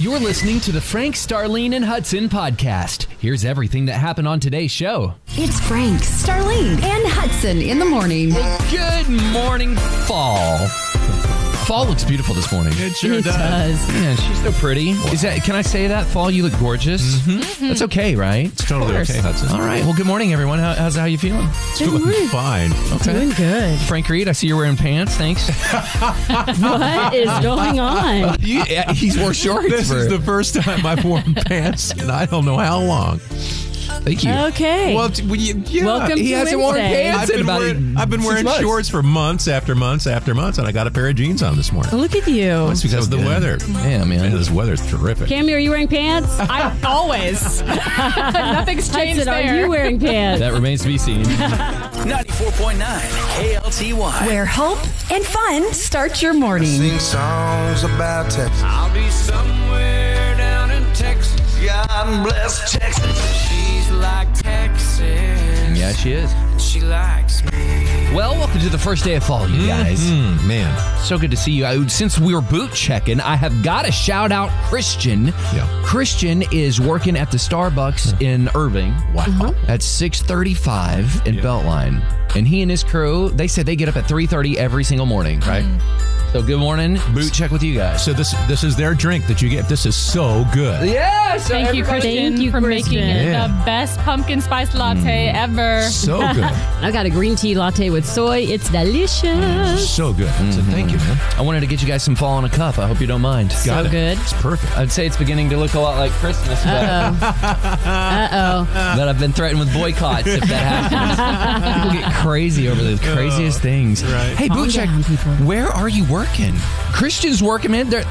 You're listening to the Frank, Starlene, and Hudson podcast. Here's everything that happened on today's show. It's Frank, Starlene, and Hudson in the morning. Good morning, fall. Fall looks beautiful this morning. It sure does. Yeah, she's so pretty. Is that? Can I say that? Fall, you look gorgeous. That's okay, right? It's Mm-hmm. totally okay, Hudson. All right. Well, good morning, everyone. How, how's how you feeling? Doing fine. Doing good. Frank Reed, I see you're wearing pants. Thanks. What is going on? you, yeah, he's wore shorts. This for- is the first time I've worn pants, and I don't know how long. thank you. Okay. Well, t- well, you- yeah. Welcome he to hasn't worn Oh, Wednesday. pants I've been, in about wearing, I've been six wearing months. shorts for months after months after months, and I got a pair of jeans on this morning. Look at you. That's because of the good. weather. Yeah, man. Man, this weather's terrific. Cammy, are you wearing pants? I always. Nothing's Hudson, changed there. are you wearing pants? That remains to be seen. 94.9 KLTY. Where hope and fun start your morning. Sing songs about Texas. I'll be somewhere down in Texas. God bless Texas. She's like Texas. yeah, she is. She likes me. Well, welcome to the first day of fall, you guys. Mm, man, So good to see you. I, since we were boot checking, I have got to shout out Christian. Yeah. Christian is working at the Starbucks in Irving Mm-hmm. wow. at 6:35 in Beltline, and he and his crew they said they get up at 3:30 every single morning. Right. So good morning, boot check with you guys. So this this is their drink that you get. This is so good. Yeah. So Thank you, everybody- Christian, Thank you, for making it Christian. the best pumpkin spice latte Mm. ever. So good. I got a green tea latte with soy. It's delicious. so good. So Mm-hmm. thank you, man. I wanted to get you guys some fall in a cup. I hope you don't mind. Got so it. good. It's perfect. I'd say it's beginning to look a lot like Christmas, but Uh oh. that I've been threatened with boycotts if that happens. People get crazy over the craziest things. right. Hey, Calm boot check. down, people. Where are you working? Christian's working, man. They're,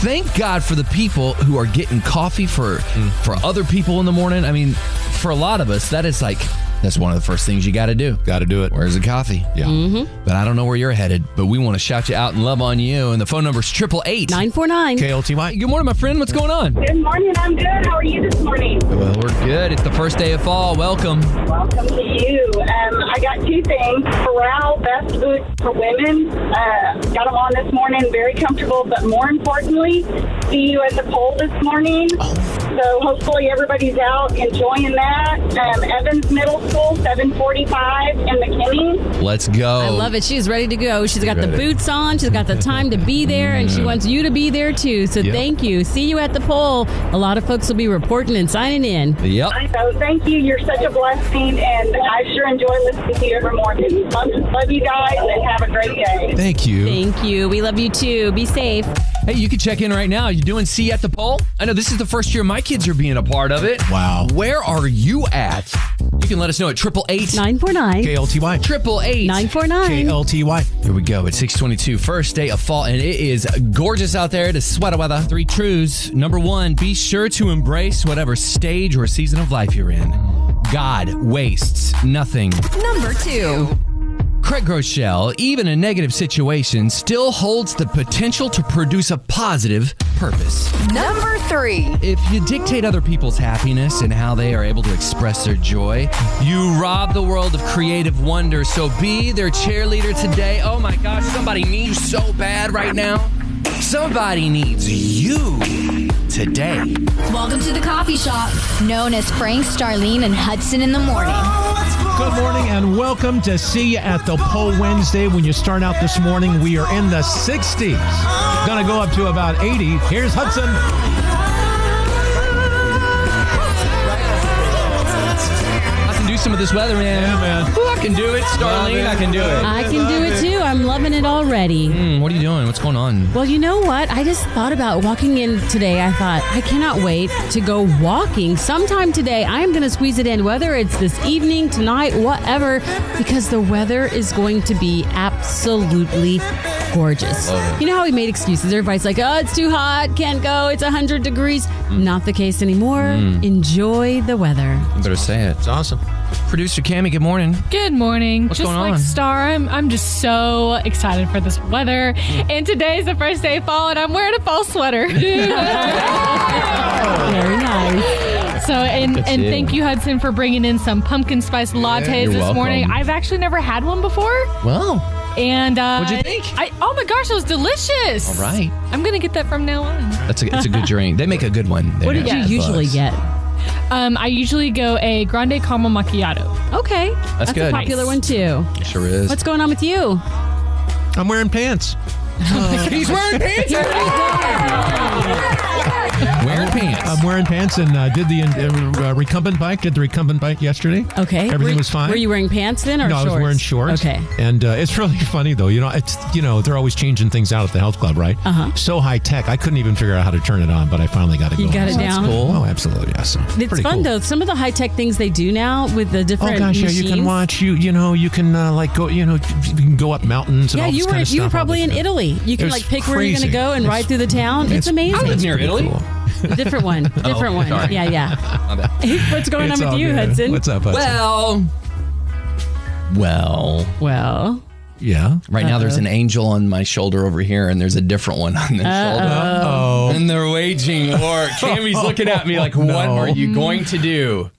thank God for the people who are getting coffee for for other people in the morning. I mean, for a lot of us, that is like that's one of the first things you got to do. Got to do it. Where's the coffee? Yeah. Mm-hmm. But I don't know where you're headed. But we want to shout you out and love on you. And the phone number's triple eight. 949. KLTY. Good morning, my friend. What's going on? Good morning. I'm good. How are you this morning? Well, we're good. It's the first day of fall. Welcome. Welcome to you. Um, I got two things. Corral Best Boots for Women. Uh, got them on this morning. Very comfortable. But more importantly, see you at the poll this morning. So hopefully everybody's out enjoying that. Um, Evans Middle School, 745 in McKinney. Let's go. I love it. She's ready to go. She's got the ready. boots on. She's got the time to be there, and she wants you to be there too. So Yeah. thank you. See you at the poll. A lot of folks will be reporting and signing in. Yep. So thank you. You're such a blessing. And I sure enjoy listening to you every morning. Love, love you guys and have a great day. Thank you. Thank you. We love you too. Be safe. Hey, you can check in right now. You doing C at the poll? I know this is the first year my kids are being a part of it. Wow. Where are you at? You can let us know at triple eight. 949. KLTY. Triple eight. 949. KLTY. Here we go. It's 622, first day of fall, and it is gorgeous out there. It is sweater weather. Three truths. Number one, be sure to embrace whatever stage or season of life you're in. God wastes nothing. Number two. Craig Groeschel, even in negative situations, still holds the potential to produce a positive purpose. Number three. If you dictate other people's happiness and how they are able to express their joy, you rob the world of creative wonder. So be their cheerleader today. Oh my gosh, somebody needs you so bad right now. Somebody needs you today. Welcome to the coffee shop, known as Frank, Starlene, and Hudson in the morning. Good morning and welcome to See You at the Poll Wednesday. When you start out this morning, we are in the 60s. Gonna go up to about 80. Here's Hudson. I can do some of this weather, man. Yeah, man. Ooh, I can do it, Starlene. I can do it. I can do it too. I'm loving it already. Hmm, what are you doing? What's going on? Well, you know what? I just thought about walking in today. I thought, I cannot wait to go walking sometime today. I am going to squeeze it in, whether it's this evening, tonight, whatever, because the weather is going to be absolutely gorgeous. You know how we made excuses? Everybody's like, oh, it's too hot, can't go, it's 100 degrees. Not the case anymore. Enjoy the weather. I better say it. It's awesome. Producer Cammy, good morning. Good morning. What's just going like on? Star, I'm, I'm just so excited for this weather. And today's the first day of fall, and I'm wearing a fall sweater. Very nice. So and That's and it. thank you Hudson for bringking in some pumpkin spice lattes you're this morning. welcome. I've actually never had one before, Well, And uh, What'd you think? I, oh my gosh, it was delicious. All right. I'm gonna get that from now on. That's a, that's a good drink. They make a good one. What did you usually get? Um, I usually go a grande caramel macchiato. Okay. That's, good. a popular Nice. one too. Sure is. What's going on with you? I'm wearing pants. He's wearing pants. wearing pants. Um, I'm wearing pants and uh, did the uh, recumbent bike. Did the recumbent bike yesterday. Okay. Everything Were- was fine. Were you wearing pants then or no, shorts? I was wearing shorts. Okay. And uh, it's really funny though. You know, it's you know they're always changing things out at the health club, right? Uh huh. So high tech, I couldn't even figure out how to turn it on, but I finally got it. Uh-huh. You going. got it So down? That's cool. Oh, absolutely. Yes. It's Pretty fun cool. though. Some of the high tech things they do now with the different Oh gosh, yeah, you can machines. watch you. You know, you can uh, like go. You know, you can go up mountains. And Yeah, all you this were kind of you were stuff, all probably this in stuff. Italy. You can It's like pick where you're crazy. gonna go and It's- ride through the town. It's, amazing. I live near pretty Italy. cool. Different one. Different one. sorry. Yeah, yeah. What's going It's on all with you, good. Hudson? What's up, Hudson? Well, well. well, yeah. Right now, there's an angel on my shoulder over here, and there's a different one on this shoulder. Oh, And they're waging war. Cammy's looking at me like, what No. are you going to do?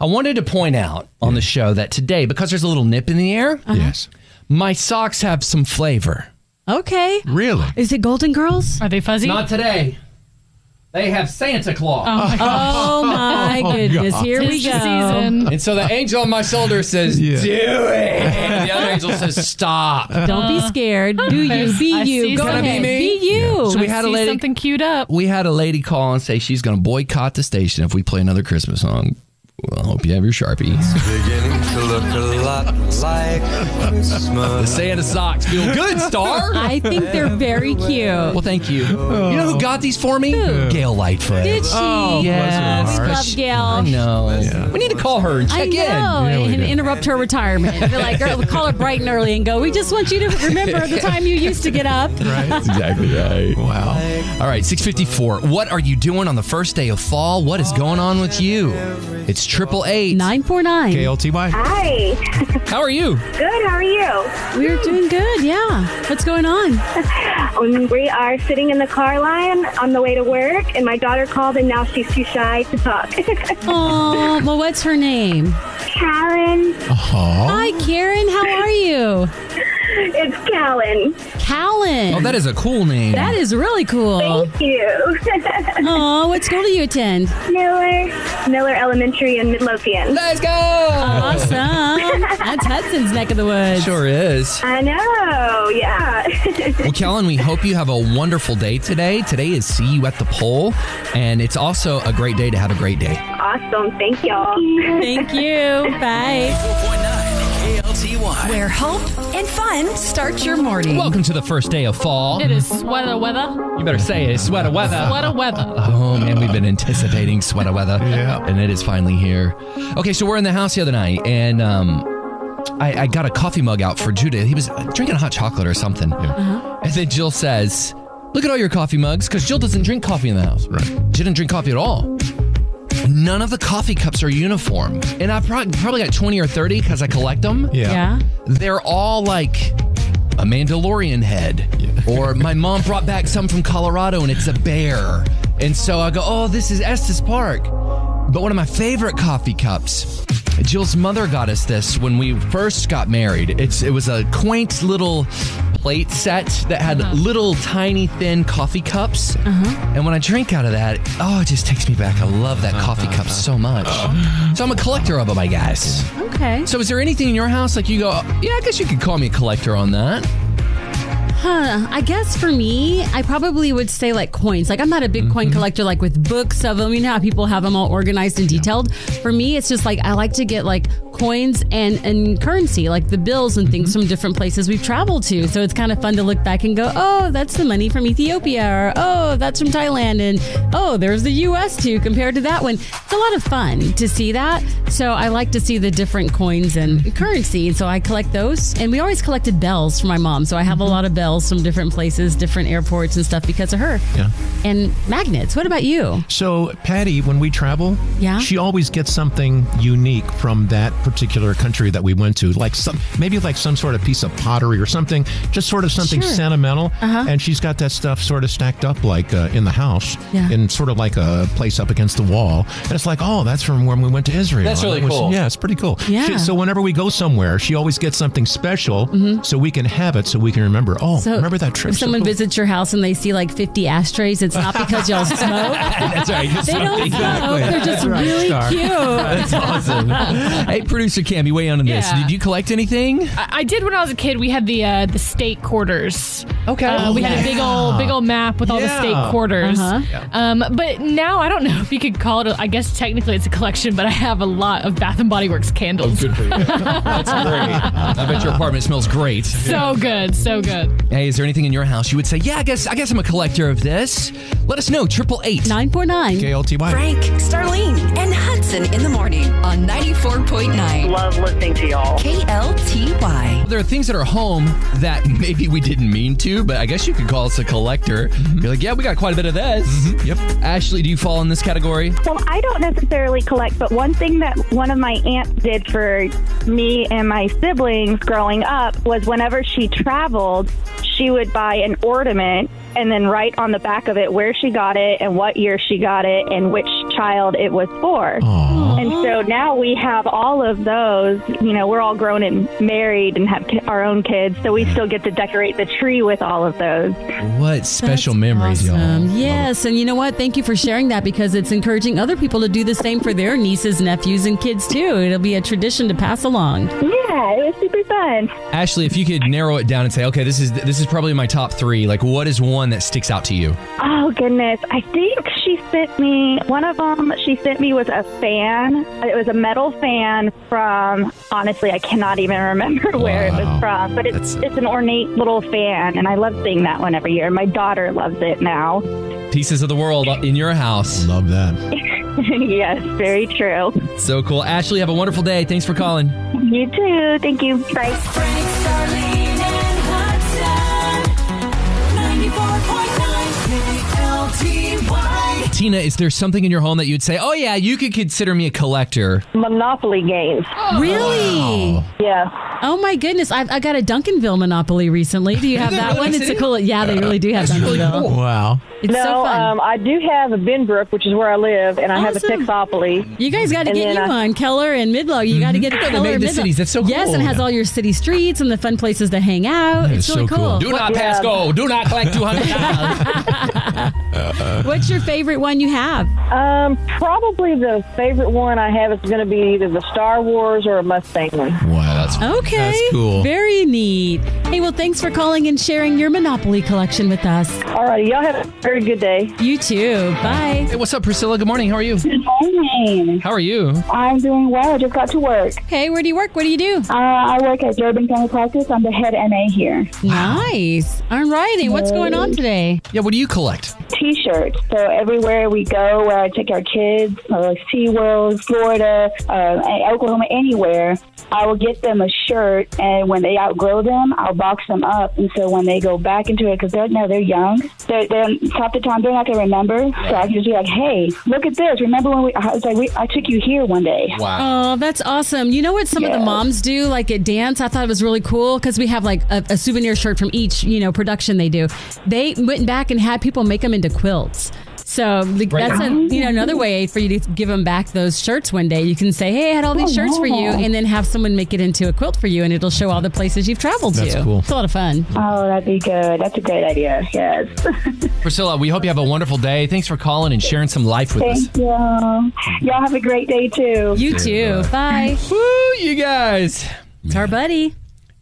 I wanted to point out on the show that today, because there's a little nip in the air, uh-huh. yes. my socks have some flavor. okay. Really? Is it Golden Girls? Are they fuzzy? Not today. They have Santa Claus. Oh my goodness! Here Tis we the go. season. And so the angel on my shoulder says, Yeah. do it. And the other angel says, stop. Don't be scared. Do you? Be I you. see Go something. ahead. Be me? Be you. So we had a See lady something queued up. we had a lady call and say she's going to boycott the station if we play another Christmas song. Well, I hope you have your Sharpie. Beginning to look a lot like The Christmas. Santa socks feel good, Star. I think they're very cute. Well, thank you. You know who got these for me? Gail Lightfoot. Did she? Oh, yes. We love I Gail. know. We need to call her and I check know, in. Yeah, we and do. interrupt her retirement. Be like, girl, call her bright and early and go. We just want you to remember the time you used to get up. Right. Exactly right. wow. All right, 654. What are you doing on the first day of fall? What is going on with you? It's triple eight. Nine four nine. KLTY. Hi. How are you? Good. How are you? We're doing good. Yeah. What's going on? Um, We are sitting in the car line on the way to work, and my daughter called, and now she's too shy to talk. Oh, well, what's her name? Callan. Oh. Hi, Karen. How are you? It's Callan. Callan. Oh, that is a cool name. that is really cool. Thank you. Oh, what school do you attend? Miller. Miller Elementary in Midlothian. Let's go. Awesome. That's Hudson's neck of the woods. Sure is. I know. Yeah. Well, Kellen, we hope you have a wonderful day today. Today is See You at the Pole, and it's also a great day to have a great day. awesome. Thank y'all. Thank you. Bye. 4.9 KLTY. Where hope and fun start your morning. Welcome to the first day of fall. It is sweater weather. You better say it. It's sweater weather. Sweater weather. Oh, man, we've been anticipating sweater weather. yeah. And it is finally here. Okay, so we're in the house the other night, and um, I, I got a coffee mug out for Judah. He was drinking hot chocolate or something. And then Jill says, Look at all your coffee mugs, because Jill doesn't drink coffee in the house. Right. She didn't drink coffee at all. None of the coffee cups are uniform. And I prob- probably got 20 or 30 because I collect them. Yeah. Yeah. They're all like a Mandalorian head. or my mom brought back some from Colorado and it's a bear. And so I go, oh, this is Estes Park. But one of my favorite coffee cups, Jill's mother got us this when we first got married. It's it was a quaint little plate set that had little tiny thin coffee cups. And when I drink out of that, oh, it just takes me back. I love that coffee cup so much. So I'm a collector of them, I guess. Okay. So is there anything in your house like you go, yeah, I guess you could call me a collector on that? Huh. I guess for me, I probably would say like coins. Like I'm not a big coin collector, like with books of them. You know how people have them all organized and detailed. For me, it's just like I like to get like coins and and currency, like the bills and things from different places we've traveled to. So it's kind of fun to look back and go, oh, that's the money from Ethiopia, or oh, that's from Thailand, and oh, there's the U.S. too compared to that one. It's a lot of fun to see that. So I like to see the Mm-hmm. different coins and currency. So I collect those, and we always collected bells for my mom. So I have a lot of bells hotels, some different places, different airports and stuff because of her. Yeah. And magnets. What about you? So Patty, when we travel, Yeah. she always gets something unique from that particular country that we went to, like some maybe like some sort of piece of pottery or something, just sort of something Sure. Uh-huh. sentimental. And she's got that stuff sort of stacked up like uh, in the house, Yeah. in sort of like a place up against the wall. And it's like, oh, that's from when we went to Israel. That's And really that was- cool. Yeah, it's pretty cool. Yeah. She- so whenever we go somewhere, she always gets something special, so we can have it, so we can remember. Oh, remember that trip? Mm-hmm. If So someone cool. visits your house and they see like 50 ashtrays, it's not because y'all smoke. That's right. They don't smoke. They're just really cute. That's awesome. hey, producer Cam, you weigh in on this. Yeah. Did you collect anything? I I did when I was a kid. We had the uh, the state quarters. Okay. Uh, we had Yeah. a big old big old map with all the Yeah. state quarters. Uh-huh. Um, but now I don't know if you could call it. A, I guess technically it's a collection, but I have a lot of Bath and Body Works candles. Good for you. That's great. I bet your apartment smells great. so good, so good. Hey, is there anything in your house you would say, yeah, I guess I guess I'm a collector of this? Let us know. Triple eight. 949. KLTY. Frank, Starlene, and Hudson in the morning on 94.9 Love listening to y'all. KLTY. There are things that are home that maybe we didn't mean to, but I guess you could call us a collector. Be like, yeah, we got quite a bit of this. Yep. Ashley, do you fall in this category? So I don't necessarily collect, but one thing that one of my aunts did for me and my siblings growing up was whenever she traveled, she would buy an ornament and then write on the back of it where she got it and what year she got it and which child it was for. Aw. And so now we have all of those. You know, we're all grown and married and have ki- our own kids, so we still get to decorate the tree with all of those. What special memories, Awesome. y'all? Yes, and you know what? Thank you for sharing that because it's encouraging other people to do the same for their nieces, nephews, and kids too. It'll be a tradition to pass along. Yeah, it was super fun. Ashley, if you could narrow it down and say, okay, this is this is probably my top three. Like, what is one that sticks out to you? Oh goodness! I think she sent me one of them. She sent me was a fan. It was a metal fan from honestly, I cannot even remember where it Wow. was from. But it's That's- it's an ornate little fan, and I love seeing that one every year. My daughter loves it now. Pieces of the world in your house. Love that. yes, very true. So cool. Ashley, have a wonderful day. Thanks for calling. You too. Thank you. Bye. Frank, Starlene, and Hudson. 94.9 KLTY. Tina, is there something in your home that you'd say, oh, yeah, you could consider me a collector? Monopoly games. really? Yeah. Oh my goodness! I've, I got a Duncanville Monopoly recently. Do you have they that really one? It's a sitting? cool. Yeah, they really do have Duncanville. Oh, Wow. It's no, so fun. Um, I do have a Benbrook, which is where I live, and I have a Awesome. Texopoly. you guys got to and get then uh, you I- one, Keller and Midlow. You got to get a they Keller made and the Midlow. cities. That's so Yes, cool. and it has all your city streets and the fun places to hang out. That it's is really so cool. cool. Do not pass Yeah. go. Do not collect $200. What's your favorite one you have? Um, probably the favorite one I have is going to be either the Star Wars or a Mustang one. Wow. That's Okay. That's cool. Very neat. Hey, well, thanks for calling and sharing your Monopoly collection with us. All righty, y'all have a very good day. You too. Bye. hey, what's up, Priscilla? Good morning. How are you? Good morning. How are you? I'm doing well. I just got to work. Hey, where do you work? What do you do? Uh, I work at Durban Family Practice. I'm the head MA here. Nice. All righty. What's going on today? Yeah, what do you collect? T-shirts. So everywhere we go, where I take our kids, uh, SeaWorld, Florida, uh, and Oklahoma, anywhere, I will get them a shirt, and when they outgrow them, I'll box them up, and so when they go back into it, because they're no, they're young, they're, they're half the time they're not gonna remember. So I can just be like, hey, look at this. Remember when we? I was like, we, I took you here one day. Wow. Oh, that's awesome. You know what some of the Yes. moms do, like at dance? I thought it was really cool because we have like a, a souvenir shirt from each, you know, production they do. They went back and had people make them into quilts. So like, Right. that's a, you know another way for you to give them back those shirts one day. You can say, "Hey, I had all these shirts for you," and then have someone make it into a quilt for you, and it'll show all the places you've traveled That's to. cool. It's a lot of fun. Oh, that'd be good. That's a great idea. Yes. Priscilla, we hope you have a wonderful day. Thanks for calling and sharing some life with us. Thank you. Y'all have a great day too. You too. Bye. Woo, you guys. It's our buddy.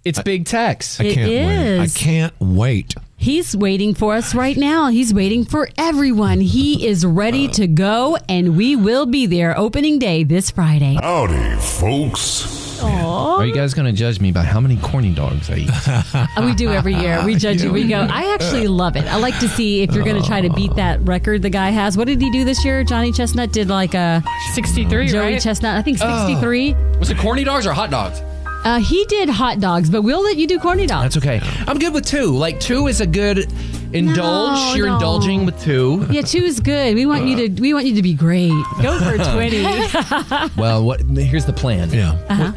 It's Big Tex. I It can't wait. I is. can't wait. He's waiting for us right now. He's waiting for everyone. He is ready Uh. to go, and we will be there opening day this Friday. Oh. Howdy, folks. Are you guys going to judge me by how many corny dogs I eat? We do every year. We judge it. We go. I actually love it. I like to see if you're going to try to beat that record the guy has. What did he do this year? Johnny Chestnut did like a Sixty three, Joey right? Chestnut. I think 63. Was it corny dogs or hot dogs? Uh, he did hot dogs, but we'll let you do corny dogs. That's okay. I'm good with two. Like two is a good indulge. No, You're no. indulging with two. Yeah, two is good. We want you to. We want you to be great. Go for twenty. Well, what? Here's the plan. Yeah. Uh-huh.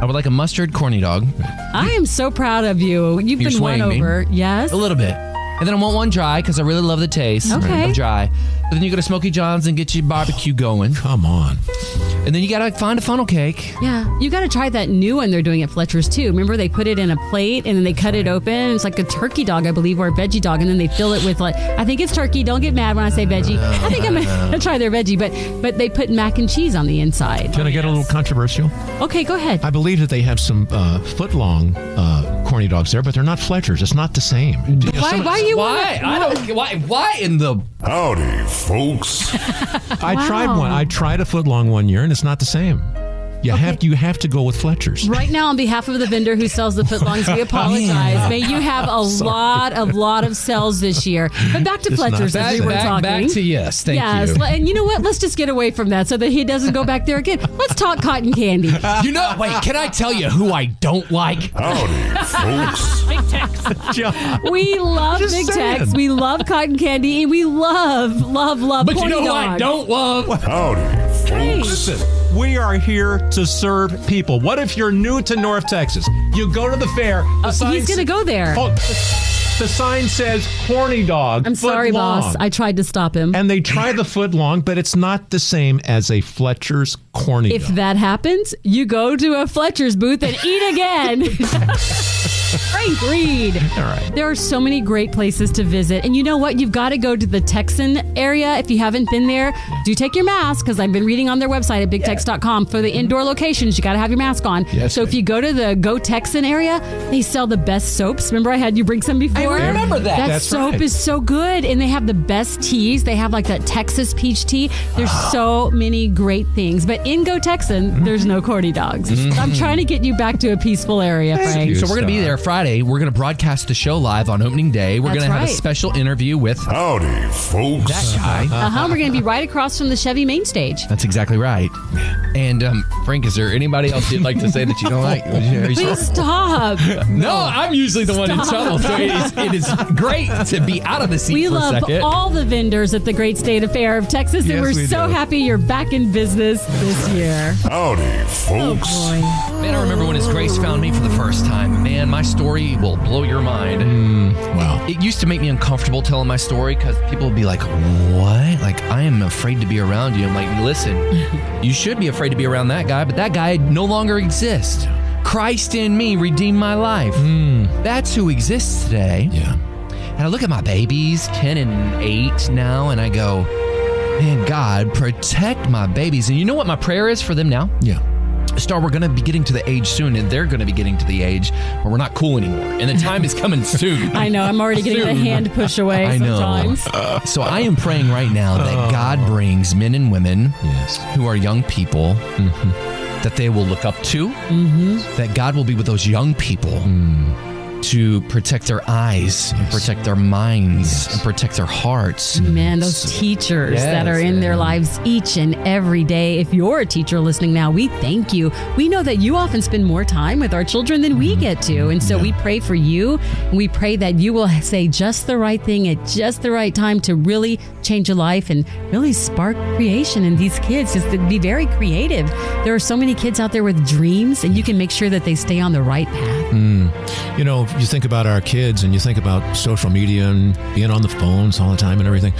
I would like a mustard corny dog. I am so proud of you. You've You're been won swaying me. over. Yes. A little bit. And then I want one dry because I really love the taste Okay. of dry. But then you go to Smoky John's and get your barbecue going. Come on. And then you gotta find a funnel cake. Yeah, you got to try that new one they're doing at Fletcher's too. Remember they put it in a plate and then they cut it open. and It's like a turkey dog, I believe, or a veggie dog, and then they fill it with like I think it's turkey. Don't get mad when I say veggie. I think I'm gonna try their veggie, but but they put mac and cheese on the inside. Can I get a little controversial? Okay, go ahead. I believe that they have some uh, foot long uh, corny dogs there, but they're not Fletchers. It's not the same. You know, Why? some- Why you? Why? I don't. Why? Why in the? Howdy, folks. I Wow. tried one. I tried a foot long one year, and it's not the same. You have you have to go with Fletchers. Right now, on behalf of the vendor who sells the footlongs, we apologize. Man. May you have a I'm sorry. lot of lot of sales this year. But back to It's not Fletcher's bad. as we were Back- talking. back to yes. Thank yes. you. le- And you know what? Let's just get away from that so that he doesn't go back there again. Let's talk cotton candy. You know. Wait. Can I tell you who I don't like? Howdy, folks. Big We love Just Big saying. Tex. We love cotton candy. And we love, love, love But you corny know who I dogs. don't love? Listen, we are here to serve people. What if you're new to North Texas? You go to the fair. The Uh, he's sign- gonna go there. Oh, the sign says corny dog. I'm foot sorry, boss. long. I tried to stop him. and they try the foot long, but it's not the same as a Fletcher's corny If dog. that happens, you go to a Fletcher's booth and eat again. Frank Reed. All right. There are so many great places to visit. And you know what? You've got to go to the Texan area if you haven't been there. Do take your mask because I've been reading on their website at bigtex.com for the indoor locations. You got to have your mask on. Yes, so if you go to the Go Texan area, they sell the best soaps. Remember, I had you bring some before? I remember that. That That's soap right. is so good. And they have the best teas. They have like that Texas peach tea. There's Ah. so many great things. But in Go Texan, Mm-hmm. there's no corny dogs. I'm trying to get you back to a peaceful area, Frank. So we're gonna be there Friday. We're gonna broadcast the show live on opening day. We're That's gonna have a right. special interview with Howdy, folks. That guy. Uh huh. We're going to be right across from the Chevy main stage. That's exactly right. And um, Frank, is there anybody else you'd like to say that you don't like? Would you- are you- Please stop. No, I'm usually the one in Stop. trouble. So it is, it is great to be out of the seat We for a love second. all the vendors at the Great State Affair of Texas, Yes, and we're we so do. happy you're back in business this year. Howdy, folks. Man, I remember when his grace found me for the first time. Man, my story will blow your mind. wow. It used to make me uncomfortable telling my story because people would be like, what? Like, I am afraid to be around you. I'm like, listen, you should be afraid to be around that guy, but that guy no longer exists. Christ in me redeemed my life. That's who exists today. Hmm. Yeah. And I look at my babies, 10 and 8 now, and I go, man, God, protect my babies. And you know what my prayer is for them now? Yeah. Star, we're going to be getting to the age soon, and they're going to be getting to the age where we're not cool anymore. And the time is coming soon. I know. I'm already getting the Soon. hand push away I know. sometimes. So I am praying right now that God brings men and women who are young people that they will look up to, that God will be with those young people. To protect their eyes, and protect their minds, and protect their hearts. Man, those teachers Yes, that are in their lives each and every day. If you're a teacher listening now, we thank you. We know that you often spend more time with our children than Mm-hmm. we get to. And so we pray for you and we pray that you will say just the right thing at just the right time to really change a life and really spark creation in these kids. Just to be very creative. There are so many kids out there with dreams, and you can make sure that they stay on the right path. Mm. You know, you think about our kids and you think about social media and being on the phones all the time and everything.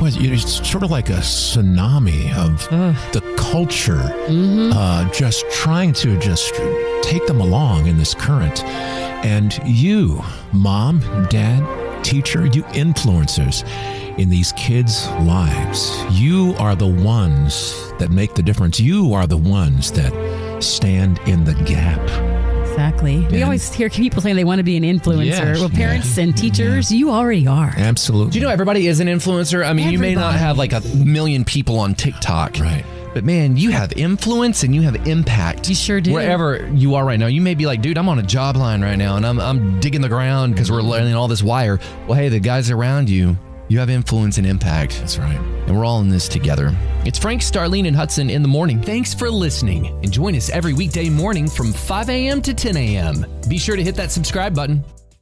Well, you- it's sort of like a tsunami of the culture Mm-hmm. uh, just trying to just take them along in this current. And you, mom, dad, teacher, you influencers in these kids' lives, you are the ones that make the difference. You are the ones that stand in the gap. Exactly. We Yeah. always hear people saying they want to be an influencer. Yes, well, parents and teachers, you already are. Absolutely. Do you know everybody is an influencer? I mean, you may not Everybody. have like a million people on TikTok. Right. But man, you have influence and you have impact. You sure do. Wherever you are right now, you may be like, dude, I'm on a job line right now and I'm, I'm digging the ground because we're laying all this wire. Well, hey, the guys around you, You have influence and impact. That's right. And we're all in this together. It's Frank, Starlene, and Hudson in the morning. Thanks for listening. And join us every weekday morning from 5 a.m. to 10 a.m. Be sure to hit that subscribe button.